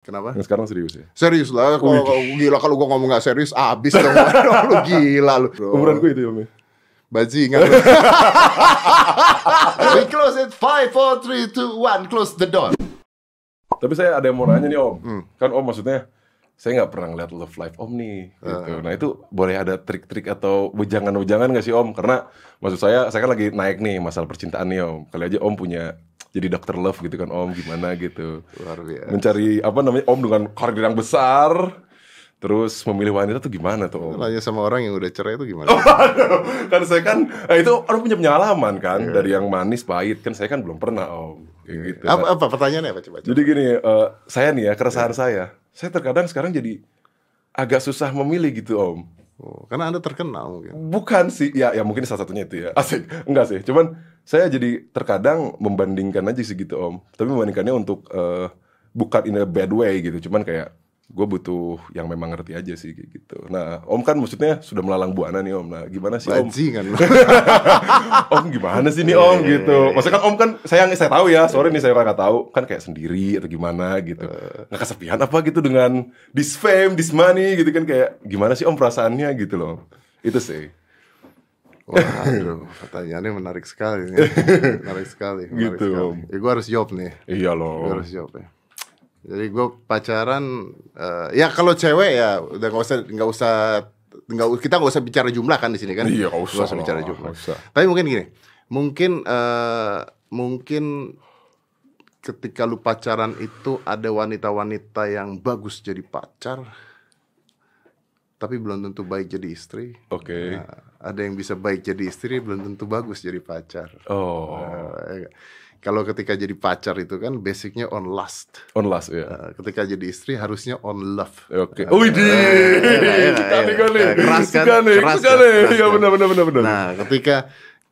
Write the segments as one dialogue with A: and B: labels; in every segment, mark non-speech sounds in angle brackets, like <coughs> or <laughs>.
A: Kenapa?
B: Yang sekarang serius ya.
A: Serius lah, kalau kalau- gila kalau gua ngomong gak serius, abis <laughs> dong. lu gila lu.
B: Umuran gue itu Om. ya.
A: <laughs> Bajingan lu. We close it 5, 4, 3, 2, 1, close the door.
B: Tapi saya ada yang mau nanya nih Om. Kan Om maksudnya saya nggak pernah ngeliat love life Om nih. Gitu. Nah itu boleh ada trik-trik atau wejangan-wejangan nggak sih Om? Karena maksud saya, saya kan lagi naik nih masalah percintaan nih Om. Kali aja Om punya jadi dokter love gitu kan Om, gimana gitu.
A: Luar biasa.
B: Mencari apa namanya Om dengan karir yang besar. Terus memilih wanita tuh gimana tuh <laughs> Om?
A: Nanya sama orang yang udah cerai itu gimana?
B: kan saya kan eh, itu orang punya pengalaman kan dari yang manis pahit kan saya kan belum pernah om kayak gitu. Nah,
A: apa, apa pertanyaannya apa coba? coba.
B: jadi gini eh, saya nih ya keresahan saya, saya terkadang sekarang jadi agak susah memilih gitu om.
A: Oh, karena Anda terkenal mungkin.
B: Bukan sih, ya ya mungkin salah satunya itu ya. <laughs> Asik, enggak sih. Cuman saya jadi terkadang membandingkan aja sih gitu om. Tapi membandingkannya untuk eh, bukan in a bad way gitu. Cuman kayak gue butuh yang memang ngerti aja sih kayak gitu. Nah om kan maksudnya sudah melalang buana nih om. Nah gimana sih
A: <laughs>
B: om?
A: Bajingan lu.
B: om gimana sih
A: Iya,
B: nih om gitu maksudnya kan om kan saya saya tahu ya sorry nih saya nggak tahu kan kayak sendiri atau gimana gitu
A: Eh.
B: nggak kesepian apa gitu dengan this fame this money gitu kan kayak gimana sih om perasaannya gitu loh itu sih
A: Wah, aduh, pertanyaannya menarik sekali. <laughs> nih. Menarik sekali. Menarik
B: Gitu,
A: sekali.
B: Om.
A: Ya, gue harus jawab nih.
B: iya
A: Gue
B: loh
A: harus jawab ya. Jadi gue pacaran, eh, ya kalau cewek ya udah nggak usah nggak usah nggak u- kita nggak usah bicara jumlah kan di sini kan?
B: Iya, nggak
A: Nggak
B: usah lah,
A: bicara jumlah.
B: nggak usah.
A: Tapi mungkin gini, mungkin eh, mungkin ketika lu pacaran itu ada wanita-wanita yang bagus jadi pacar, tapi belum tentu baik jadi istri.
B: oke
A: Nah, ada yang bisa baik jadi istri belum tentu bagus jadi pacar.
B: oh
A: Nah, ya nggak? Kalau ketika jadi pacar itu kan basicnya on lust.
B: on last ya
A: Nah, Ketika jadi istri harusnya on love. Eh, ya
B: oke Oh, wih di
A: iya,
B: suka nih gue nih
A: Keras kan?
B: suka nih
A: Keras
B: suka
A: kan?
B: nih
A: Keras
B: ya
A: kan?
B: benar benar benar benar
A: Nah, ketika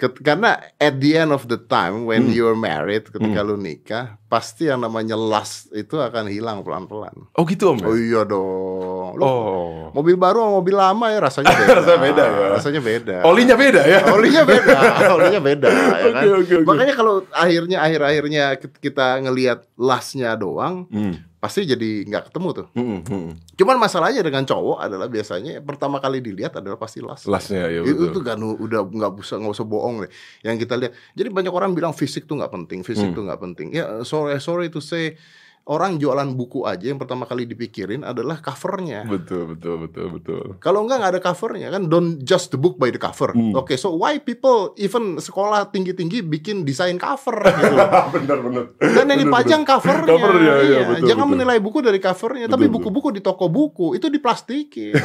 A: ket- karena at the end of the time
B: Hmm.
A: when you're married, ketika lu nikah, pasti yang namanya lust itu akan hilang pelan-pelan.
B: oh gitu om ya?
A: Oh iya dong. Lu
B: oh
A: Mobil baru sama mobil lama ya
B: <laughs>
A: rasanya beda.
B: Rasanya beda ya.
A: Rasanya beda.
B: olinya beda ya
A: Olinya beda,
B: <laughs>
A: olinya beda, ya kan?
B: Oke, oke, oke.
A: Makanya kalau akhirnya akhir-akhirnya kit- kita ngelihat lasnya doang,
B: Hmm,
A: pasti jadi nggak ketemu tuh.
B: hmm, hmm.
A: Cuman masalahnya dengan cowok adalah biasanya pertama kali dilihat adalah pasti las.
B: lastnya ya
A: itu
B: betul
A: tuh kan udah nggak usah nggak usah bohong deh. Yang kita lihat, jadi banyak orang bilang fisik tuh nggak penting,
B: Hmm.
A: fisik tuh nggak penting. Ya sorry sorry to say, orang jualan buku aja yang pertama kali dipikirin adalah covernya.
B: betul betul betul betul
A: Kalau enggak nggak ada covernya kan don't judge the book by the cover.
B: Hmm.
A: Oke, so why people even sekolah tinggi-tinggi bikin desain cover
B: <laughs>
A: gitu loh.
B: <laughs> benar benar
A: Dan yang dipajang covernya.
B: Covernya, iya, betul,
A: Jangan
B: betul.
A: menilai buku dari covernya, tapi
B: betul.
A: buku-buku di toko buku itu
B: <laughs>
A: diplastikin.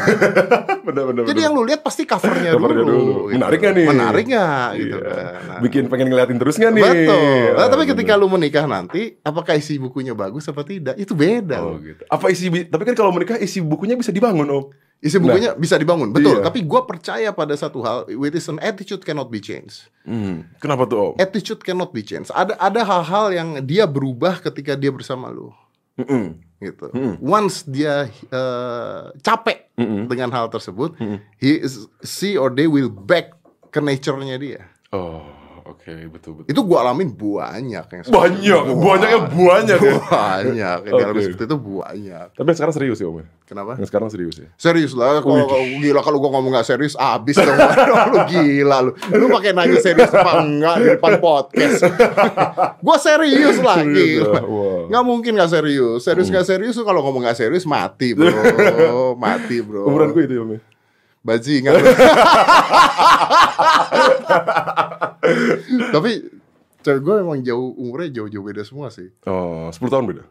B: benar benar
A: Jadi yang lu lihat pasti covernya,
B: Covernya
A: dulu. gitu.
B: dulu. Menarik nggak nih?
A: Menarik nggak gitu
B: Iya.
A: kan. Nah,
B: bikin pengen ngeliatin terus nggak nih
A: Betul. Nah, tapi
B: Ah,
A: ketika lu menikah nanti, apakah isi bukunya bagus apa tidak? Itu beda.
B: bener. oh,
A: loh.
B: gitu. apa isi bi- tapi kan kalau menikah isi bukunya bisa dibangun om
A: Isi bukunya bisa dibangun, betul.
B: Nah. Iya.
A: Tapi gua percaya pada satu hal, which is an attitude cannot be changed.
B: hmm. kenapa tuh om
A: attitude cannot be changed. Ada ada hal-hal yang dia berubah ketika dia bersama lu
B: Eh, Mm-mm.
A: gitu.
B: Hmm.
A: Once dia eh, capek dengan hal tersebut, he is, she or they will back ke nature-nya dia.
B: oh oke betul betul
A: Itu gua alamin banyak yang seperti-
B: banyak
A: <laughs>
B: banyaknya banyak ya.
A: banyak yang
B: Oke.
A: dialami seperti itu banyak.
B: tapi yang sekarang serius ya om ya?
A: Kenapa?
B: yang sekarang serius ya
A: Serius lah, kalau kalau- gila kalau gua ngomong gak serius abis dong. <laughs> lu gila lu. Lu pakai nanya serius apa enggak di depan podcast. <laughs> gua serius lah
B: Serius
A: gila.
B: lah, wah. Hmm.
A: Nggak mungkin gak serius. Serius nggak serius lu kalau ngomong gak serius mati,
B: <laughs>
A: Bro. mati, Bro.
B: umuran gue itu om ya?
A: Bajingan. lu. Tapi cewek gue emang jauh umurnya jauh-jauh beda semua sih.
B: oh 10 tahun beda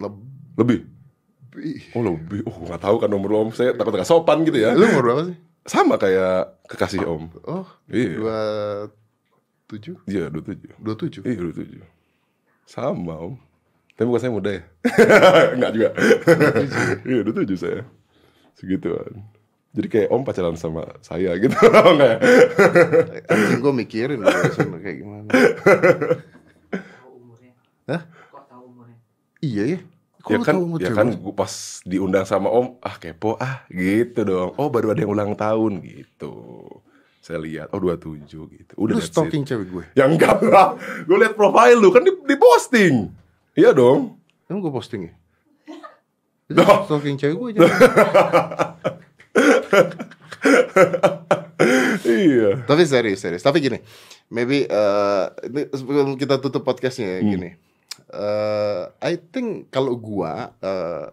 A: Lebih.
B: lebih oh lebih oh nggak tahu kan umur lo om saya takut nggak sopan gitu ya
A: Lu umur berapa sih?
B: sama kayak kekasih om
A: Oh,
B: iya
A: dua tujuh,
B: iya dua tujuh
A: dua tujuh.
B: Iya, 27. Sama, Om. Tapi bukan saya muda ya? <laughs> Enggak juga. Iya, 27 saya. Segituan. Jadi kayak Om pacaran sama saya gitu. <laughs> Enggak ya?
A: Anjing gue mikirin loh, barusan kayak gimana.
C: tahu umurnya?
A: Hah?
C: Kok tahu umurnya?
A: Iya ya. Kok
B: Ya
A: lu
B: kan,
A: tahu umur
B: ya
A: cewek?
B: kan gua pas diundang sama Om, ah kepo ah gitu dong. Oh, baru ada yang ulang tahun gitu. Saya lihat, oh 27 gitu. Udah
A: Lu
B: that's it.
A: stalking cewek gue.
B: Ya enggak lah. Gue lihat profil lu kan di, di posting. Iya dong. <laughs>
A: Emang gue posting ya? Itu stalking cewek gue aja.
B: iya.
A: Tapi serius, serius. Tapi gini, maybe eh, ini sebelum kita tutup podcastnya ya,
B: Hmm.
A: gini. Eh, I think kalau gua eh,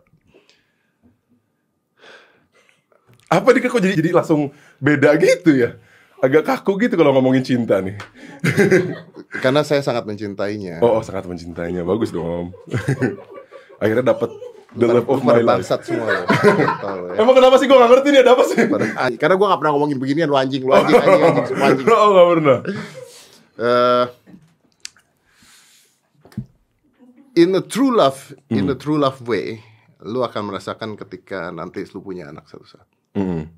B: Apa nih kok jadi jadi langsung beda gitu ya? Agak kaku gitu kalau ngomongin cinta nih.
A: karena saya sangat mencintainya.
B: Oh, oh, sangat mencintainya. Bagus dong. <laughs> Akhirnya dapat the love of
A: Lu pada
B: my life.
A: bangsat semua lo.
B: <laughs>
A: Tahu ya.
B: Emang kenapa sih gue gak ngerti nih ada apa sih?
A: Pada, anj- karena gua gak pernah ngomongin beginian lu anjing, lu anjing, anjing, anjing, semua anjing.
B: <laughs> oh, gak pernah.
A: Eh, in a true love, in a true love way, lu akan merasakan ketika nanti lu punya anak satu saat.
B: Mm.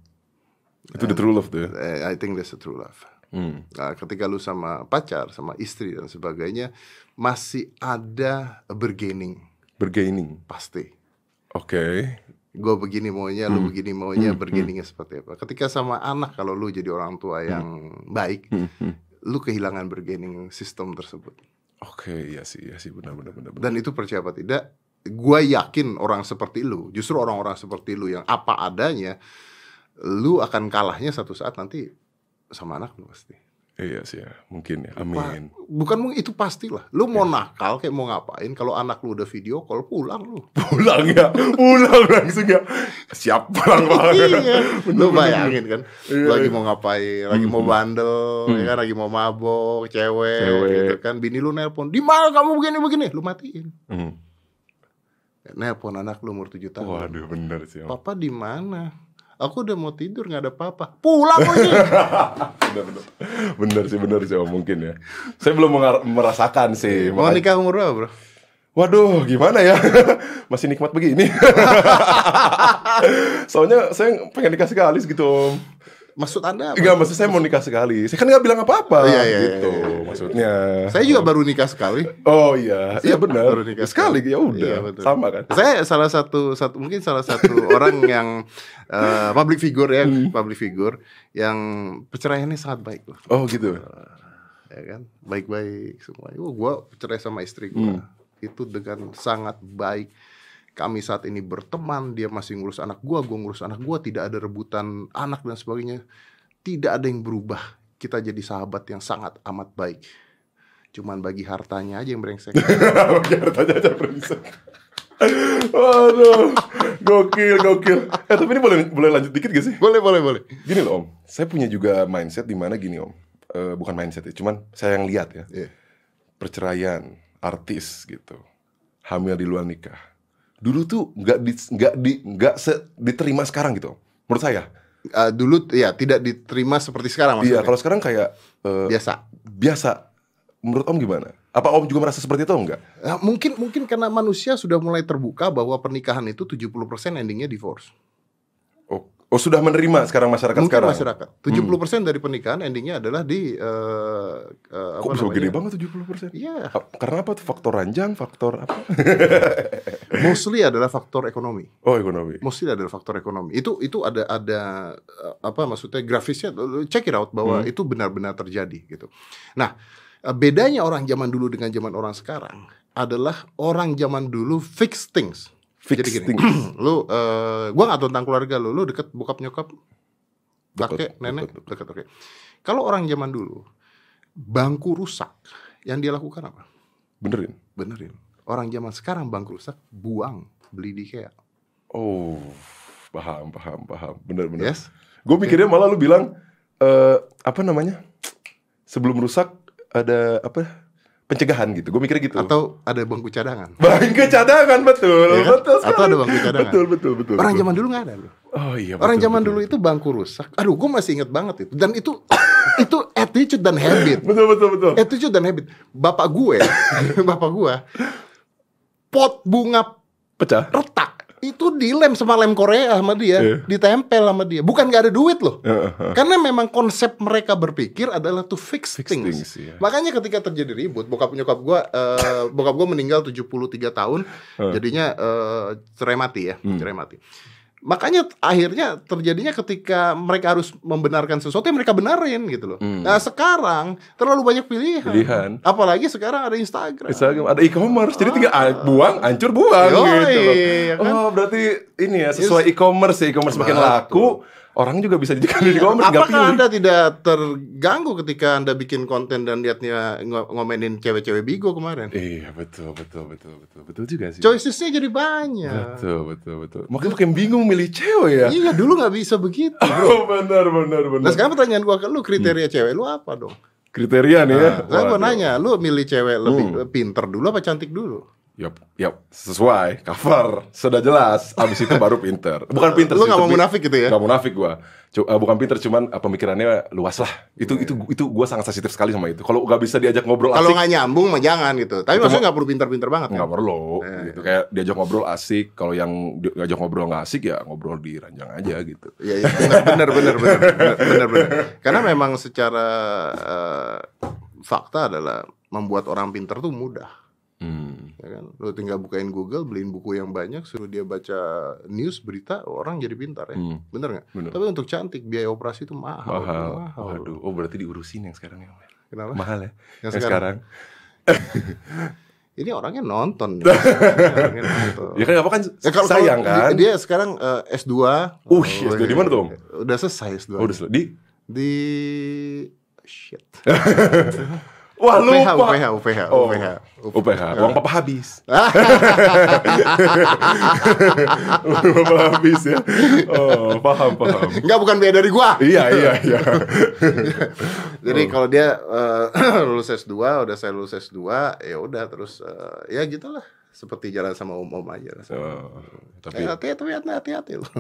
B: Itu the true love tuh ya.
A: Eh, I think that's a true love.
B: Mm.
A: Nah, ketika lu sama pacar, sama istri dan sebagainya, masih ada bergening
B: Bergaining.
A: pasti.
B: Oke. <laughs>
A: Gue begini maunya, lu begini maunya, bergeningnya seperti apa. Ketika sama anak, kalau lu jadi orang tua yang baik, lu kehilangan bergening sistem tersebut.
B: Oke, iya sih, iya sih benar benar benar. benar.
A: Dan itu percaya apa tidak, gue yakin orang seperti lu, justru orang-orang seperti lu yang apa adanya, lu akan kalahnya satu saat nanti sama anak lu pasti.
B: Iya sih ya, mungkin ya.
A: Wah,
B: Amin. Iya.
A: bukan mung- itu pastilah. Lu mau nakal kayak mau ngapain kalau anak lu udah video call pulang lu.
B: Pulang ya, pulang langsung ya. Siap <laughs> pulang banget.
A: iya. Lu bayangin kan.
B: Iya.
A: Lagi mau ngapain, lagi mau bandel, ya kan lagi mau mabok, cewek,
B: Hmm. Cewek.
A: gitu kan. Bini lu nelpon, "Di mana kamu begini-begini?" Lu matiin.
B: Hmm.
A: Nelpon anak lu umur 7 tahun.
B: Waduh, benar sih. Om.
A: Papa di mana? Aku udah mau tidur nggak ada papa.
B: <laughs>
A: Pulang lu sih.
B: Benar benar. Benar sih, benar sih Om mungkin ya. Saya belum mengar- merasakan sih.
A: mau nikah
B: makanya-
A: umur berapa, Bro?
B: Waduh, gimana ya? <laughs> Masih nikmat begini. <laughs> Soalnya saya pengen nikah sekali gitu, Om.
A: Maksud Anda apa?
B: Enggak, maksud saya mau nikah sekali. Saya kan nggak bilang apa-apa
A: Iya, iya,
B: gitu
A: iya, iya.
B: maksudnya.
A: Saya juga baru nikah sekali.
B: Oh iya, iya benar.
A: Baru nikah
B: Sekali ya
A: Iya,
B: udah
A: betul.
B: sama kan.
A: Saya salah satu, satu mungkin salah satu
B: <laughs>
A: orang yang eh, public figure ya,
B: Hmm.
A: public figure yang perceraiannya sangat baik loh,
B: Oh gitu. <laughs>
A: ya kan, baik-baik semua. Oh, gua cerai sama istri gua itu dengan sangat baik. Kami saat ini berteman, dia masih ngurus anak gua, gua ngurus anak gua, tidak ada rebutan anak dan sebagainya. Tidak ada yang berubah. Kita jadi sahabat yang sangat amat baik. Cuman bagi hartanya aja yang brengsek.
B: Biar tanya aja brengsek. Waduh, gokil, gokil. Eh tapi ini boleh boleh lanjut dikit gak sih?
A: <laughs> boleh, boleh, boleh.
B: Gini loh Om, saya punya juga mindset di mana gini Om. Eh, bukan mindset ya, cuman saya yang lihat ya.
A: Iya.
B: perceraian artis gitu hamil di luar nikah dulu tuh nggak di nggak di nggak se- diterima sekarang gitu menurut saya
A: Eh, dulu t- ya tidak diterima seperti Oh, sekarang ya?
B: iya
A: maksudnya.
B: kalau sekarang kayak eh,
A: biasa.
B: biasa menurut om gimana apa om juga merasa seperti itu om nggak
A: Nah, mungkin mungkin karena manusia sudah mulai terbuka bahwa pernikahan itu 70% endingnya divorce.
B: oh, oh, sudah menerima sekarang masyarakat
A: mungkin
B: sekarang Hmm.
A: masyarakat. 70% dari pernikahan endingnya adalah di eh, eh,
B: kok bisa gede banget 70% persen Ah,
A: Iya,
B: karena apa tuh faktor ranjang faktor apa
A: mostly adalah faktor ekonomi.
B: oh ekonomi
A: Mostly adalah faktor ekonomi. Itu itu ada ada eh, apa maksudnya grafisnya eh, check it out bahwa
B: Hmm.
A: itu benar-benar terjadi gitu. Nah, eh, bedanya orang zaman dulu dengan zaman orang sekarang adalah orang zaman dulu fix things.
B: fix
A: Jadi gini,
B: things
A: <clears throat> lu eh gua nggak tahu tentang keluarga lu lu deket bokap nyokap kakek
B: Deket,
A: nenek deket, oke kalau orang zaman dulu bangku rusak yang dia lakukan apa
B: benerin
A: benerin orang zaman sekarang bangku rusak buang beli di IKEA
B: oh paham paham paham bener bener
A: yes
B: Gue mikirnya malah lu bilang eh apa namanya? Sebelum rusak ada apa? Pencegahan gitu. Gue mikirnya gitu.
A: atau ada bangku cadangan
B: bangku cadangan betul.
A: Iya kan?
B: Betul sekali.
A: Atau ada bangku cadangan.
B: Betul betul betul.
A: orang
B: betul.
A: zaman dulu nggak ada bro
B: Oh iya.
A: orang
B: betul,
A: zaman
B: betul,
A: dulu itu bangku rusak aduh gue masih inget banget itu dan itu <coughs> itu attitude dan habit
B: Betul betul betul.
A: attitude dan habit bapak gue <coughs> bapak gue pot bunga
B: Pecah.
A: retak itu dilem sama lem Korea sama dia,
B: Iya.
A: ditempel sama dia. Bukan gak ada duit loh.
B: Heeh, heeh.
A: Karena memang konsep mereka berpikir adalah to fix,
B: Fix
A: things.
B: things, iya.
A: Makanya ketika terjadi ribut, bokap nyokap gua eh, <laughs>
B: Iya. Hmm.
A: bokap gua meninggal 73 tahun, jadinya eh, cerai mati ya, cerai mati. Makanya t- akhirnya terjadinya ketika mereka harus membenarkan sesuatu yang mereka benarin gitu loh.
B: Hmm.
A: Nah sekarang terlalu banyak pilihan.
B: Pilihan.
A: Apalagi sekarang ada Instagram.
B: Instagram ada e-commerce, jadi tinggal a- buang, hancur buang
A: Ah. Yoi,
B: gitu. loh.
A: ya kan?
B: Oh berarti ini ya sesuai e-commerce, ya. e-commerce makin
A: Betul.
B: laku, orang juga bisa dijadikan di e-commerce nggak
A: Apakah
B: pilih.
A: anda tidak terganggu ketika anda bikin konten dan liatnya ngo- ngomenin cewek-cewek bigo kemarin?
B: Iya betul betul betul betul betul juga sih.
A: Choicesnya jadi banyak.
B: Betul betul betul. Makin makin bingung milih cewek ya.
A: Iya dulu nggak bisa begitu.
B: <laughs> Oh, benar benar benar.
A: Nah sekarang pertanyaan gua ke lu kriteria cewek lu apa dong?
B: Kriteria nih ya.
A: Saya gua
B: Hmm. Waduh. Hmm.
A: nanya, lu milih cewek lebih pinter dulu apa cantik dulu?
B: Yup, yup, sesuai, cover, sudah jelas. Abis itu baru pinter. Bukan pinter.
A: Lu
B: sih,
A: nggak mau
B: tapi-
A: munafik gitu ya?
B: Nggak munafik gua. Cu- eh, bukan pinter, cuman eh, pemikirannya luas lah. Itu itu itu gua sangat sensitif sekali sama itu. Kalau nggak bisa diajak ngobrol
A: Kalau
B: asik,
A: nggak nyambung mah jangan gitu. Tapi maksudnya nggak perlu pinter-pinter banget kan?
B: nggak perlu. gitu kayak diajak ngobrol asik. Kalau yang di- diajak ngobrol nggak asik ya ngobrol di ranjang aja gitu.
A: Iya, iya. benar benar benar benar benar benar. Karena memang secara eh, fakta adalah membuat orang pinter tuh mudah.
B: Hmm.
A: Ya kan? Lu tinggal bukain Google, beliin buku yang banyak, suruh dia baca news, berita, orang jadi pintar ya.
B: Hmm.
A: Bener nggak?
B: Bener.
A: Tapi untuk cantik biaya operasi itu mahal.
B: Mahal. Waduh. Oh berarti diurusin yang sekarang ya.
A: Kenapa?
B: Mahal ya.
A: Yang
B: Yang,
A: sekarang.
B: sekarang.
A: Ini orangnya
B: <laughs>
A: nonton. nih. Orangnya nonton.
B: Ya kan apa kan
A: Ya, kalau-
B: sayang
A: kalau
B: kan.
A: Dia, dia sekarang eh, S2.
B: Uh, S2 di mana tuh, Om?
A: Udah selesai S2.
B: Oh, udah sel- di
A: Di shit.
B: Wah
A: UPH,
B: lupa.
A: UPH, UPH,
B: Oh,
A: UPH.
B: UPH. Uang papa
A: <laughs>
B: habis. Uang papa habis ya. Oh, paham, paham.
A: Enggak bukan biaya dari gua.
B: Iya, iya, iya.
A: Jadi
B: Oh.
A: kalau dia eh, <clears throat> lulus S2, udah saya lulus S2, ya udah terus eh, ya gitulah seperti jalan sama om-om aja.
B: Oh, tapi
A: Eh, hati-hati, tapi hati- hati-hati
B: <laughs>
A: loh.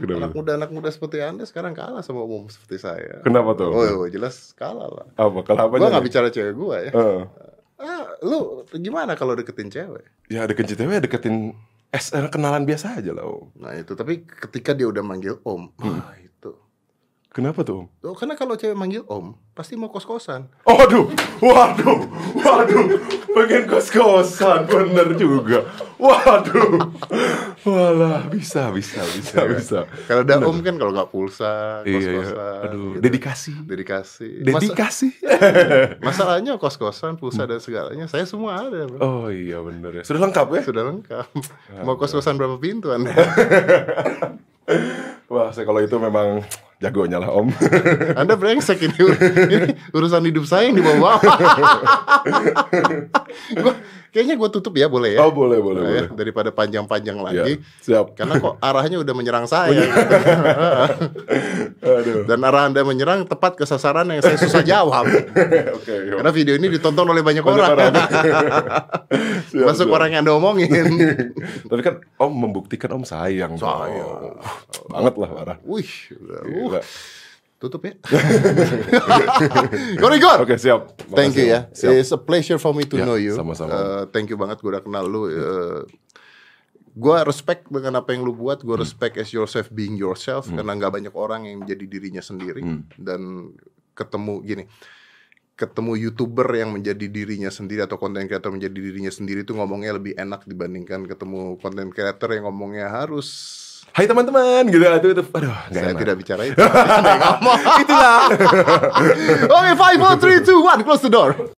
B: Kenapa?
A: Anak muda, anak muda seperti anda sekarang kalah sama umum seperti saya.
B: kenapa tuh?
A: Oh, iya, jelas kalah lah.
B: Apa? Kalau apa?
A: Gua nggak bicara cewek gua ya.
B: Heeh.
A: Ah, lu gimana kalau deketin cewek?
B: Ya deketin cewek, deketin S eh, kenalan biasa aja lah. Om.
A: Nah itu, tapi ketika dia udah manggil om,
B: Hmm.
A: wah itu.
B: Kenapa tuh? Om?
A: Oh, karena kalau cewek manggil om, pasti mau kos-kosan.
B: Oh, aduh, waduh, waduh, pengen kos-kosan, bener juga. Waduh, walah, bisa, bisa, bisa, bisa.
A: Kalau ada om kan kalau nggak pulsa,
B: Iya, iya.
A: kos-kosan.
B: Aduh,
A: gitu.
B: dedikasi.
A: Dedikasi. Masa- <laughs>
B: Dedikasi.
A: masalahnya kos-kosan, pulsa dan segalanya, saya semua ada. Bro.
B: Oh iya bener ya. Sudah lengkap ya?
A: Sudah lengkap. Mau kos-kosan berapa pintu anda?
B: Wah, saya kalau itu memang jagonya lah Om.
A: Anda brengsek ini, ur- ini urusan hidup saya yang dibawa
B: <laughs>
A: bawa. gua, kayaknya gue tutup ya boleh ya.
B: Oh, boleh, boleh,
A: Nah, ya,
B: boleh.
A: Daripada panjang-panjang
B: Ya,
A: lagi. Kan.
B: siap.
A: Karena kok arahnya udah menyerang
B: Oh,
A: saya.
B: iya.
A: <laughs>
B: Aduh.
A: Dan arah Anda menyerang tepat ke sasaran yang saya susah jawab.
B: Oke, yuk.
A: Karena video ini ditonton oleh banyak,
B: Banyak
A: orang. <laughs>
B: orang. Iya, Siap,
A: Masuk
B: siap.
A: orang yang Anda omongin.
B: Tapi kan Om membuktikan Om sayang.
A: Sayang.
B: Oh, banget lah parah.
A: Wih, udah, uh,
B: Gila.
A: tutup
B: <laughs>
A: ya. Very good.
B: Oke, siap.
A: Thank you
B: Makasih, Om.
A: ya.
B: Siap.
A: It's a pleasure for me to
B: Ya,
A: know you.
B: sama-sama.
A: Eh, thank you banget gue udah kenal lu. Eh, gua respect dengan apa yang lu buat.
B: Hmm.
A: Gue respect as yourself being yourself karena nggak banyak orang yang menjadi dirinya sendiri
B: Hmm.
A: dan ketemu gini. Ketemu youtuber yang menjadi dirinya sendiri atau konten creator menjadi dirinya sendiri itu ngomongnya lebih enak dibandingkan ketemu konten creator yang ngomongnya harus.
B: Hai teman-teman, gitu. Aduh, itu. Aduh, nggak
A: Saya
B: enak. <laughs>
A: tidak bicara itu. <laughs> Saya ngomong.
B: Itulah.
A: Oke, five, four, three, two, one, close the door.